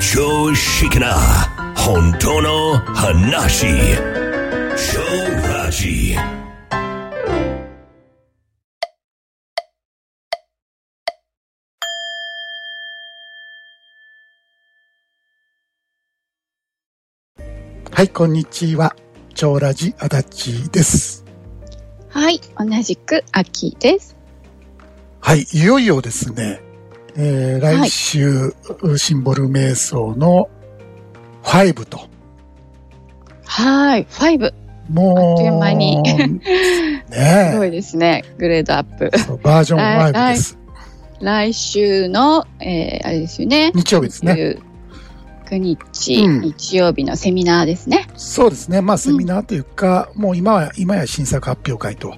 常識な本当の話超ラジはい、こんにちは。超ラジアダチです。はい、同じく秋です。はい、いよいよですね、えーはい来週、シンボル瞑想の5と、はい、ファイブ。もう、あっという間に すごねいですね。グレードアップ。 え、そうバージョンはい5です。来週の、えー、あれですよね。日曜日ですね。 9日、うん日曜日のセミナーですね。そうですね。まあ、セミナーというか、もう今は、今や新作発表会と、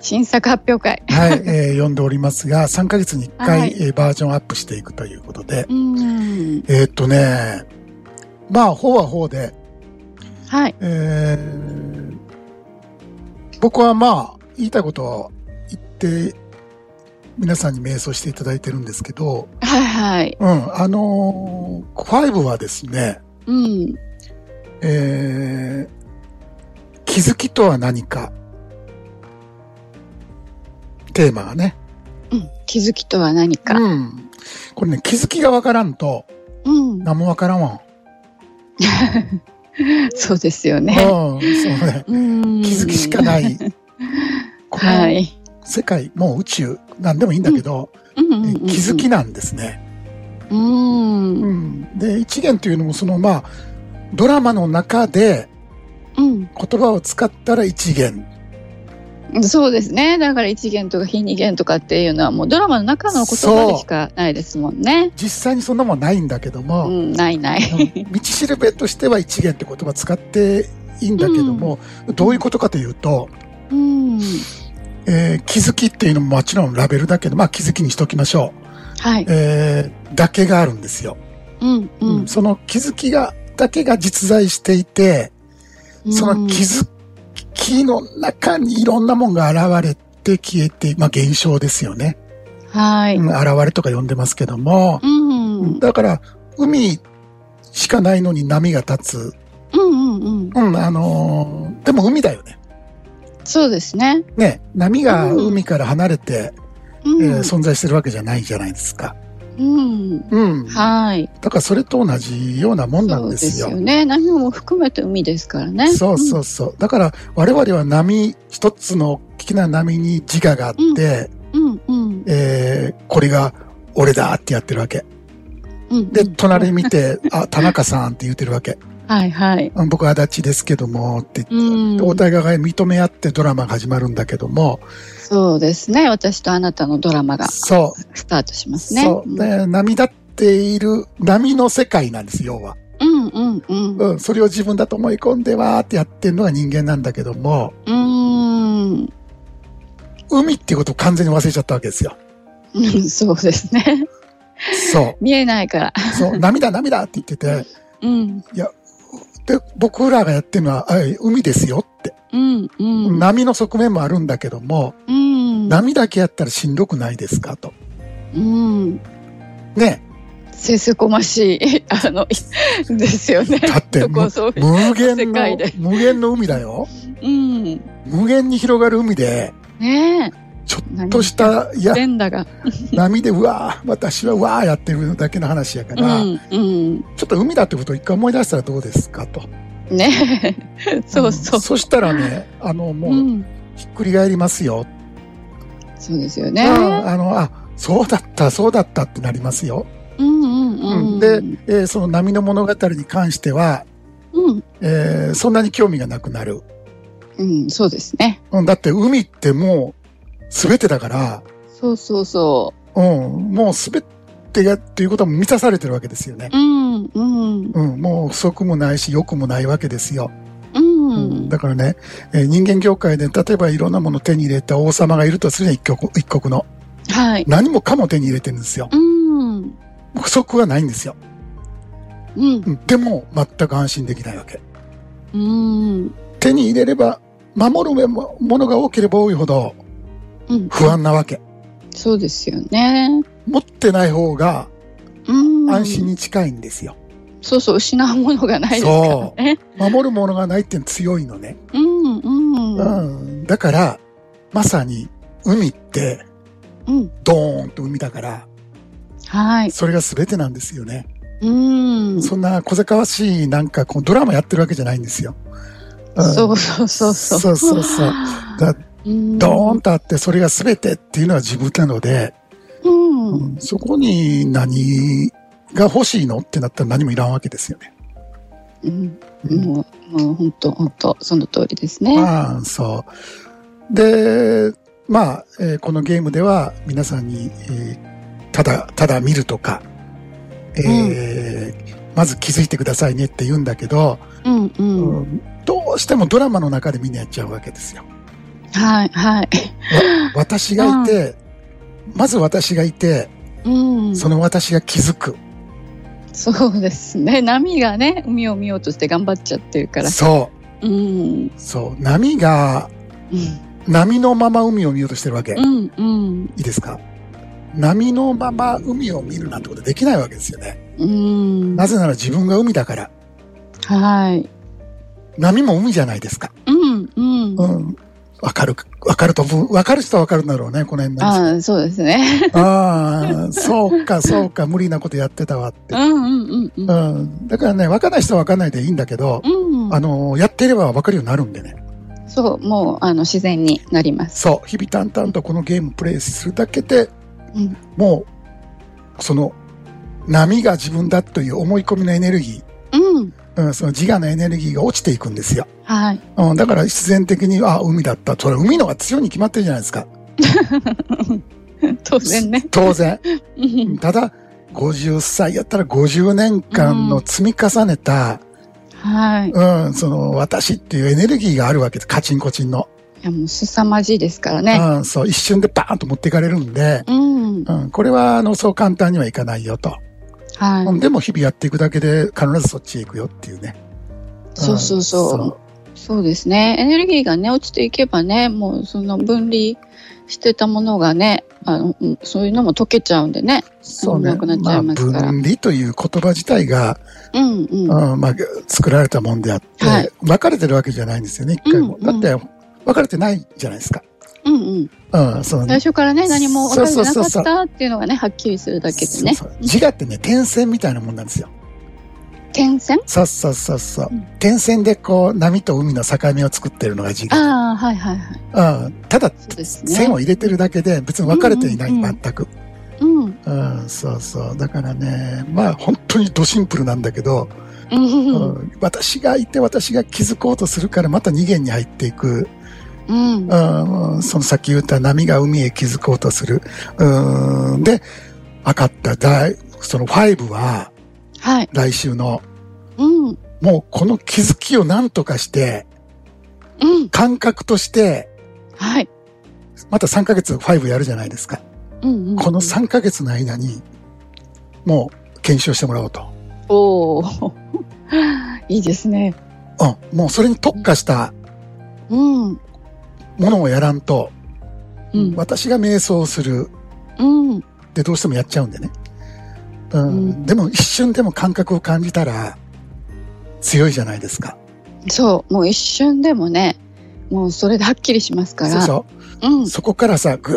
新作発表会。 はい、えー呼んでおりますが、3ヶ月に1回、はいえーバージョンアップしていくということで、うーん。えーっとね、まあ、方は方で、はい。えー僕はまあ言いたいことは言って皆さんに瞑想していただいてるんですけど、はいはい。うん、あのー、5はですね、うん。えー気づきとは何か、テーマがね。うん。気づきとは何か。うん。これね、気づきがわからんと、うん。何もわからんわん。そうですようん、ね。そうね。うん。気づきしかい。 ない。こはのい。世界、もう宇宙、なんでもいいんだけど、うんえ気づ。きなんですね。うん。うん。うん、で一元というのもそのまあドラマの中でうん言葉を使ったら一元そうですね。だから一元とか非二元とかっていうのはもうドラマの中の言葉でしかないですもんね。実際にそんなもんないんだけどうも、ん、ないない。道しるべとしては一元って言葉使っていいんだけども、どういうことかというと、うん。えー気づきっていうのももちろんラベルだけど、まあ、気づきにしときましょはい。う、えーだけがあるんですよ、うん、うん。その気づきがだけが実在していてその気づきの中にいろんなもんが現れて消えて、まあ現象ですよね。うんはい。うん現れとか呼んでますけどもう、ん。うん、だから海しかないのに波が立つ。うん、うん。うん、あのーでも海だよね。そうですね。ね、波がうん海から離れて、うん。えー存在してるわけじゃないじゃないですか。うん。うん。だはい。からそれと同じようなもんなそんうでですすよよ。ね。何も含めて海ですからね。そうそうそう。だから我々は波、一つの大きな波に自我があって、うん。うん、えーこれが俺だってやってるわけ。うん。で、隣見て、あ、田中さんって言ってるわけ。はい、はい。うん僕は足立ですけども、ってう言って。んで、お互いが認め合ってドラマが始まるんだけども、そうですね。私とあなたのドラマがそスタートしう、ますね。そう、で、波立っている、波の世界なんです、要は。うん、うん、うん。うん、それを自分だと思い込んでわーってやってるのが人間なんだけども、うーん。海っていうことを完全に忘れちゃったわけですよ。うんそうですね。 そ見えないから。う、そう、波だ波だって言ってて、うん。で、僕らがやってるのは、あ海ですよって。うん。うん。波の側面もあるんだけども、うん。波だけやったらしんどくないですかと。うん。ね。せせこましい、 あの、いですよね。だって、そむこそう。無限世界ので、無限の海だよ。うん。無限に広がる海で、ねちょえ。っとした、いや、レンダが。波で、うわー、私はうわーやってるだけの話やかうら、ん。うん。ちょっと海だってことを一回思い出したらどうですかと。ねえ。 そうそんう。そしたらね、あの、もうう、ん。ひっくり返りますよ。そうですようね。んあの、あ、そうだった、そうだったってなりますよ。うんうんうん。で、えーその波の物語に関しては、うん。えーそんなに興味がなくなる。うん、そうですね。うん、だって海ってもう、すべてだから、そうそうそうん、もうすべてが、っていうことは満たされてるわけですよね。う。うん。うん。うん、もう不足もないし、欲もないわけですよ。うん。だからね、えー人間業界で、例えばいろんなものを手に入れた王様がいるとするじゃん一国、一国の。はい。何もかも手に入れてるんですよ。うん。不足はないんですよ。うん。うんでも、全く安心できないわけ。うん。手に入れれば、守るべもものが多ければ多いほどうん不安なわけ。そうですよね。持ってない方がうん。安心に近いんですよ。そうそう失うものがないですからね。守るものがないって強いのね。うんうんううんん。だから、まさに海って、ドーンと海だから、はいそれが全てなんですよね。うんそんな小賢しいなんかこうドラマやってるわけじゃないんですよ。んそうそうそうそうそうそうそうだうんドーンとあってそれが全てっていうのは自分なので、うんうんそこに何が欲しいのってなったら何もいらんわけですよね。うんもうもう本当本当その通りですね。まあ、そう。で、まあ、えーこのゲームでは皆さんに、えーただ、ただ見るとか、えーまず気づいてくださいねって言うんだけど、うんうんうんどうしてもドラマの中でみんなやっちゃうわけですよ。はいはい。わ私がいて、まず私がいて、うんその私が気づく。そうですね。波がね、海を見ようとして頑張っちゃってるから。そうん。う。そう。波が、うん。波のまま海を見ようとしてるわけ。いうん。うん。いですか波のまま海を見るなんてことできないわけですよね。うん。なぜなら自分が海だから。はい。波も海じゃないですか。うん。うん。うん。わかる、わかると思う。わかる人はわかるんだろうね、この辺の。あああ、そうですね。あー、そうか、そうか、無理なことやってたわってう。ん。うん。うん。うん。だからね、わかんない人はわかんないでいいんだけど、うん。あの、やっていればわかるようになるんでね。そう、もう、あの、自然になります。そう、日々淡々とこのゲームプレイするだけで、うんもう、その、波が自分だという思い込みのエネルギうん。ー、うん、その自我のエネルギーが落ちていくんですよ。はい。 うん、だから必然的に、あ、海だった。それ海の方が強いに決まってるじゃないですか。当然ね。当然。うんただ、50歳やったら50年間の積み重ねた、はい。いうん、その、私っていうエネルギーがあるわけです。カチンコチンの。や、もう、凄まじいですからね。うん、そう、一瞬でバーンと持っていかれるんで、うん。うん、これは、あの、そう簡単にはいかないよと。はい。でも日々やっていくだけで必ずそっちへ行くよっていうね。そうそうそう。そうですね。エネルギーがね、落ちていけばね、もうその分離してたものがね、あの、うんそういうのも溶けちゃうんでね。そうそうね。なくなっちゃいますからあ、分離という言葉自体が、うんうん。うんまあ、作られたもんであって、はい分かれてるわけじゃないんですよね、一回も。うんうんだって、分かれてないじゃないですか。うんうん。うん、そう最ね。初からね、何も分かってそなかうそうそうそっうたっていうのがね、はっきりするだけでね。そうそう自我ってね、点線みたいなもんなんですよ。点線そうそうそうそう。うん点線でこう、波と海の境目を作ってるのが自我。ああ、はいはいはい。うん、ただ、そうですね。線を入れてるだけで、別に分かれていない、うんうんうん全く。うん。うんうん、そうそう。だからね、まあ本当にドシンプルなんだけど、ううんん私がいて私が気づこうとするからまた二元に入っていく、うん。うん、そのさっき言った波が海へ気づこうとする。うん、で、分かった。第その5ははい。来週の、うん。もうこの気づきを何とかして、うん。感覚として、はい。また3ヶ月5やるじゃないですか。うんうん。この3ヶ月の間に、もう検証してもらおうと。おお。いいですね。うん、もうそれに特化したうん。ものをやらんと、うん。私が瞑想をするうん。でどうしてもやっちゃうんでね。うんうんでも一瞬でも感覚を感じたら強いじゃないですか。そう。もう一瞬でもね、もうそれではっきりしますから。。そうそうんう。。そこからさ、ぐ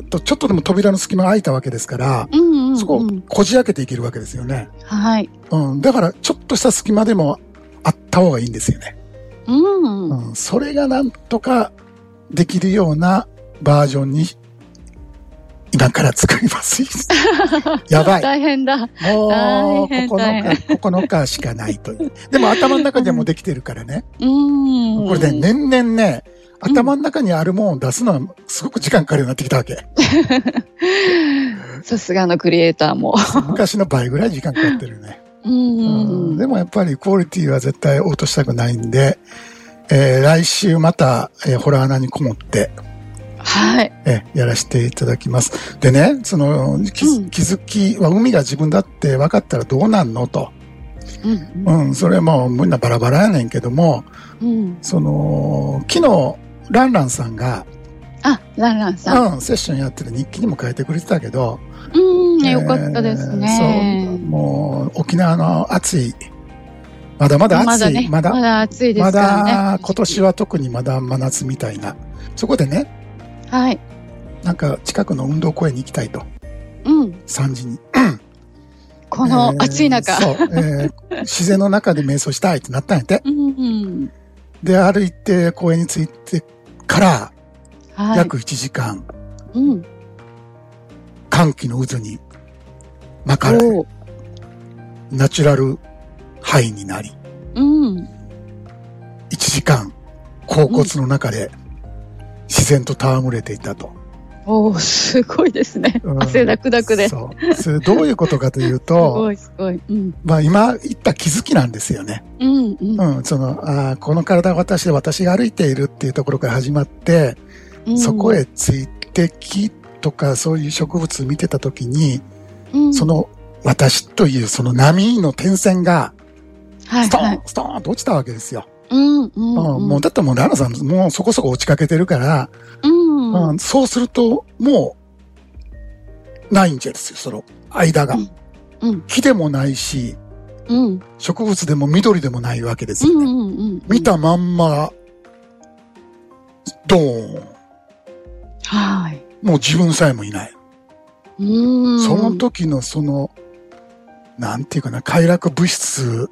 ーっとちょっとでも扉の隙間が開いたわけですから、うんうん、うん。そこをこじ開けていけるわけですよね。はい。うん。だからちょっとした隙間でもあった方がいいんですよね。うん。うん。それがなんとかできるようなバージョンに今から作り ます。やばい。大変だ。もう大変大9変日、9日しかないという。でも頭の中でもうできてるからね。うん。これで。年々ね、うん頭の中にあるものを出すのはすごく時間かかるようになってきたわけ。さすがのクリエイターも。昔の倍ぐらい時間かかってるね。うんうんうん。でもやっぱりクオリティは絶対落としたくないんで、えー来週また、えーホラー穴にこもって、はい。えーやらせていただきます。でね、その、気づうん気づきは海が自分だって分かったらどうなんのと。うんうん、それはもうみんなバラバラやねんけども、うん。その、昨日、ランランさんが、あ、ランランさん。うん、セッションやってて日記にも書いてくれてたけど、うえん、ーねよかったですそうね。もう沖縄の暑いまだまだ暑いまだね、ままだだ暑いでますからね。だ今年は特にまだ真夏みたいなそこでねはい。なんか近くの運動公園に行きたいとうん。 3時にこの暑い中。えーそう、えー自然の中で瞑想したいってなったんやてうんうん。で歩いて公園に着いてからはい。約1時間、うん。歓喜の渦に巻かれおうナチュラルハイになりうん。 1時間甲骨の中で自然と戯れていたと。おーすごいですねう。ん汗だくだくで。すそう。それどういうことかというと、ごい すごい。うん。まあ今言った気づきなんですよね。うんうん。うん、その、あーこの体は私で私が歩いているっていうところから始まって、うんそこへついて木とかそういう植物見てたときに、うんその私というその波の点線が、はいストはーいン、ストーンと落ちたわけですよ。うんうんうん、もうだってもうララさんもうそこそこ落ちかけてるから、うんうんそうするともう、ないんじゃですよ、その間が。うん木でもないし、うん植物でも緑でもないわけですうよんね。うんうん見たまんま、ドーン。はいもう自分さえもいない。うんその時のその、なんていうかな、快楽物質、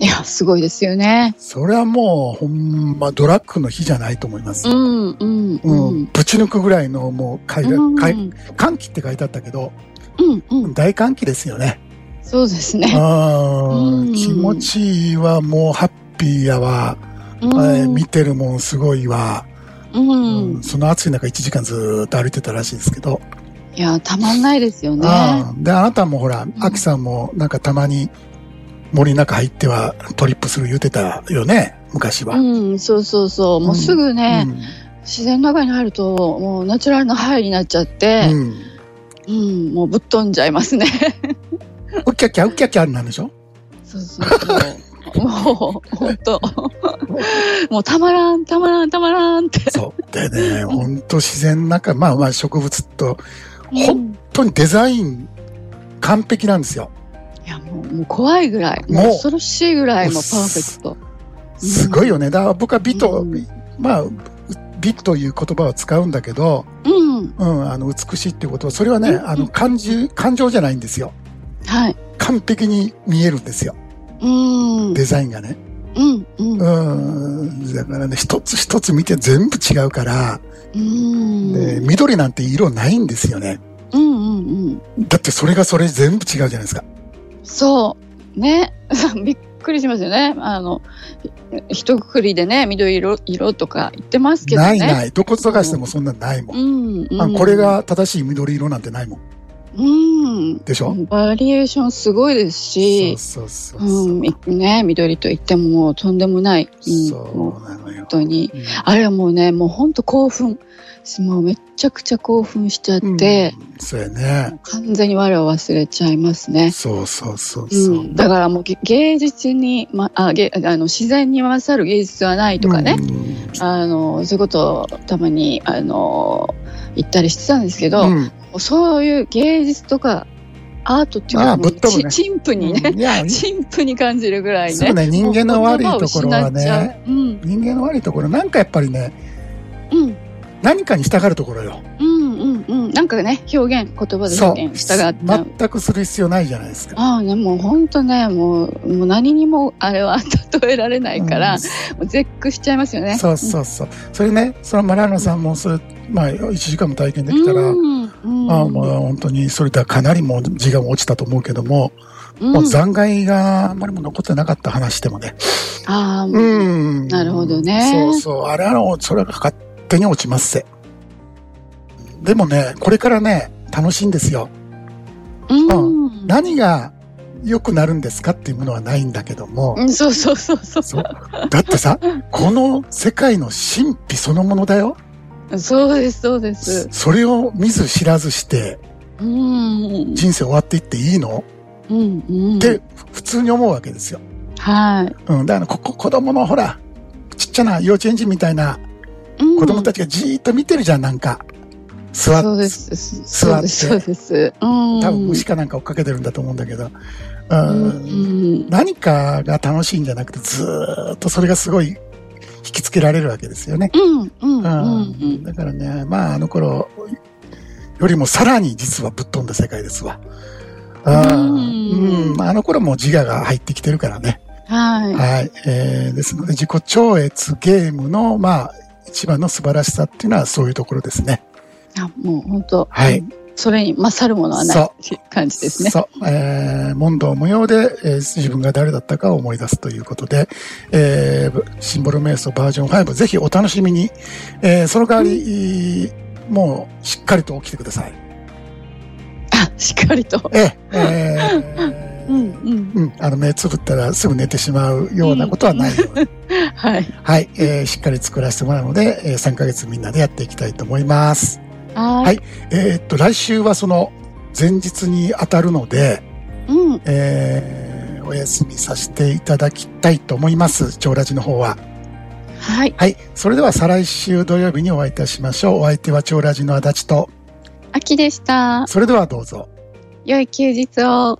いやすごいですよねそれはもう、ほんま、ドラッグの日じゃないと思いますう。んうんううんん。ぶち抜くぐらいの、もう、快うん楽、快歓喜って書いてあったけど、うんうん大歓喜ですよね。そうですねあうーん気持ちいいわ、もう、ハッピーやわ、えーうん見てるもんすごいわ。うんその暑い中1時間ずーっと歩いてたらしいですけど。いやたまんないですよねああで、あなたもほら、んアキさんもなんかたまに森の中入ってはトリップする言うてたよね、昔は。うんそうそうそうもうすぐねうん自然の中に入るともうナチュラルのハイになっちゃってうん。うんもうぶっ飛んじゃいますねうきゃきゃうきゃきゃなんでしょ そうそうそう もう本当もうたまらんたまらんたまらんってそう。でね、ほんと自然の中、まあまあ植物と、ほうんんとにデザイン完璧なんですよ。いやもうもう怖いぐらいももうう恐ろしいぐらいもうパーフェクトすごいよね。だから僕は美と、うんまあ、美という言葉を使うんだけど、うんうん、あの、美しいっていうことは、それはね、うんあの、感じ、感情じゃないんですよ。はい完璧に見えるんですよ。うんデザインがね。うんうんうーん。だからね、一つ一つ見て全部違うから、うんで緑なんて色ないんですよね。うんうんうんだってそれがそれ全部違うじゃないですか。そうね びっくりしますよねあのひ一括りでね緑色色とか言ってますけどねないない。どこ探してもそんなんないもん。うんうんあこれが正しい緑色なんてないもん。うんでしょバリエーションすごいですしそうそうそうそう。うんみね緑と言ってももうとんでもない、うん、もうそうなのよ本。当にうんあれはもうね、もう本当興奮。もうめちゃくちゃ興奮しちゃって、うんそうやね。完全に我を忘れちゃいますね。そうそうそううそう。ん、だからもうげ芸術に、ま、あげあの自然に勝る芸術はないとかね、うん。あのそういうことをたまにあの言ったりしてたんですけど、もうんうそういう芸術とかアートっていうあかあもうぶっ飛ぶねちチンプにね、いや、 チンプに感じるぐらいそうねね、人間の悪いところはもうね、言葉を失っちゃううん人間の悪いところ、なんかやっぱりね、うん何かに従うところよ。うんうんうん、なんかね表現言葉でそう。表現したがった、全くする必要ないじゃないですか。ああねもう本当ねもうもう何にもあれは例えられないから、もう絶句しちゃいますようんね。そうそうそう。それね、そのマラーノさんも、それ、まあ、1時間も体験でうんきたら、うんまあ、まあ、本当に、それではかなりもう時間も落ちたと思うけども、うんもう残骸があんまりも残ってなかった話でもね。ああ、うん。なるほどねそうそう。あれは、それは勝手に落ちますせ。でもね、これからね、楽しいんですよ。うん何が良くなるんですかっていうものはないんだけども、うんそうそうそうそうそうだってさ、この世界の神秘そのものだよ。そうですそうですそれを見ず知らずしてうんうん人生終わっていっていいのうんって普通に思うわけですよ。はうん、だからここ子供のほら、ちっちゃな幼稚園児みたいないうん子供たちがじーっと見てるじゃん、なんか。座そうっです。そうです。座そっうです。うん。多分虫かなんか追っかけてるんだと思うんだけど。ううんん。何かが楽しいんじゃなくて、ずーっとそれがすごい引きつけられるわけですよね。うん。うん。う。うんん。だからね、まああの頃よりもさらに実はぶっ飛んだ世界ですわ。うん。うん、あの頃も自我が入ってきてるからね。ははい。えーですので、自己超越ゲームの、まあ、一番の素晴らしさっていうのはそういうところですね。い。あ、もう本当。はいうん。それに勝るものはないそうっていう感じですね。そう。えー、問答無用で、えー自分が誰だったかを思い出すということで、えー、シンボル瞑想バージョン5、ぜひお楽しみに。えー、その代わり、もう、しっかりと起きてください。あ、しっかりと。ええ、えーうん。うん。うん、あの、目つぶったらすぐ寝てしまうようなことはないように。 はい。はい、えーしっかり作らせてもらうので、えー3ヶ月みんなでやっていきたいと思います。は。はいいえーっと、来週はその前日に当たるので、うん。えーお休みさせていただきたいと思います。長ラジの方は。はい。はい。それでは再来週土曜日にお会いいたしましょう。お相手は長ラジの足立と。秋でした。それではどうぞ。良い休日を。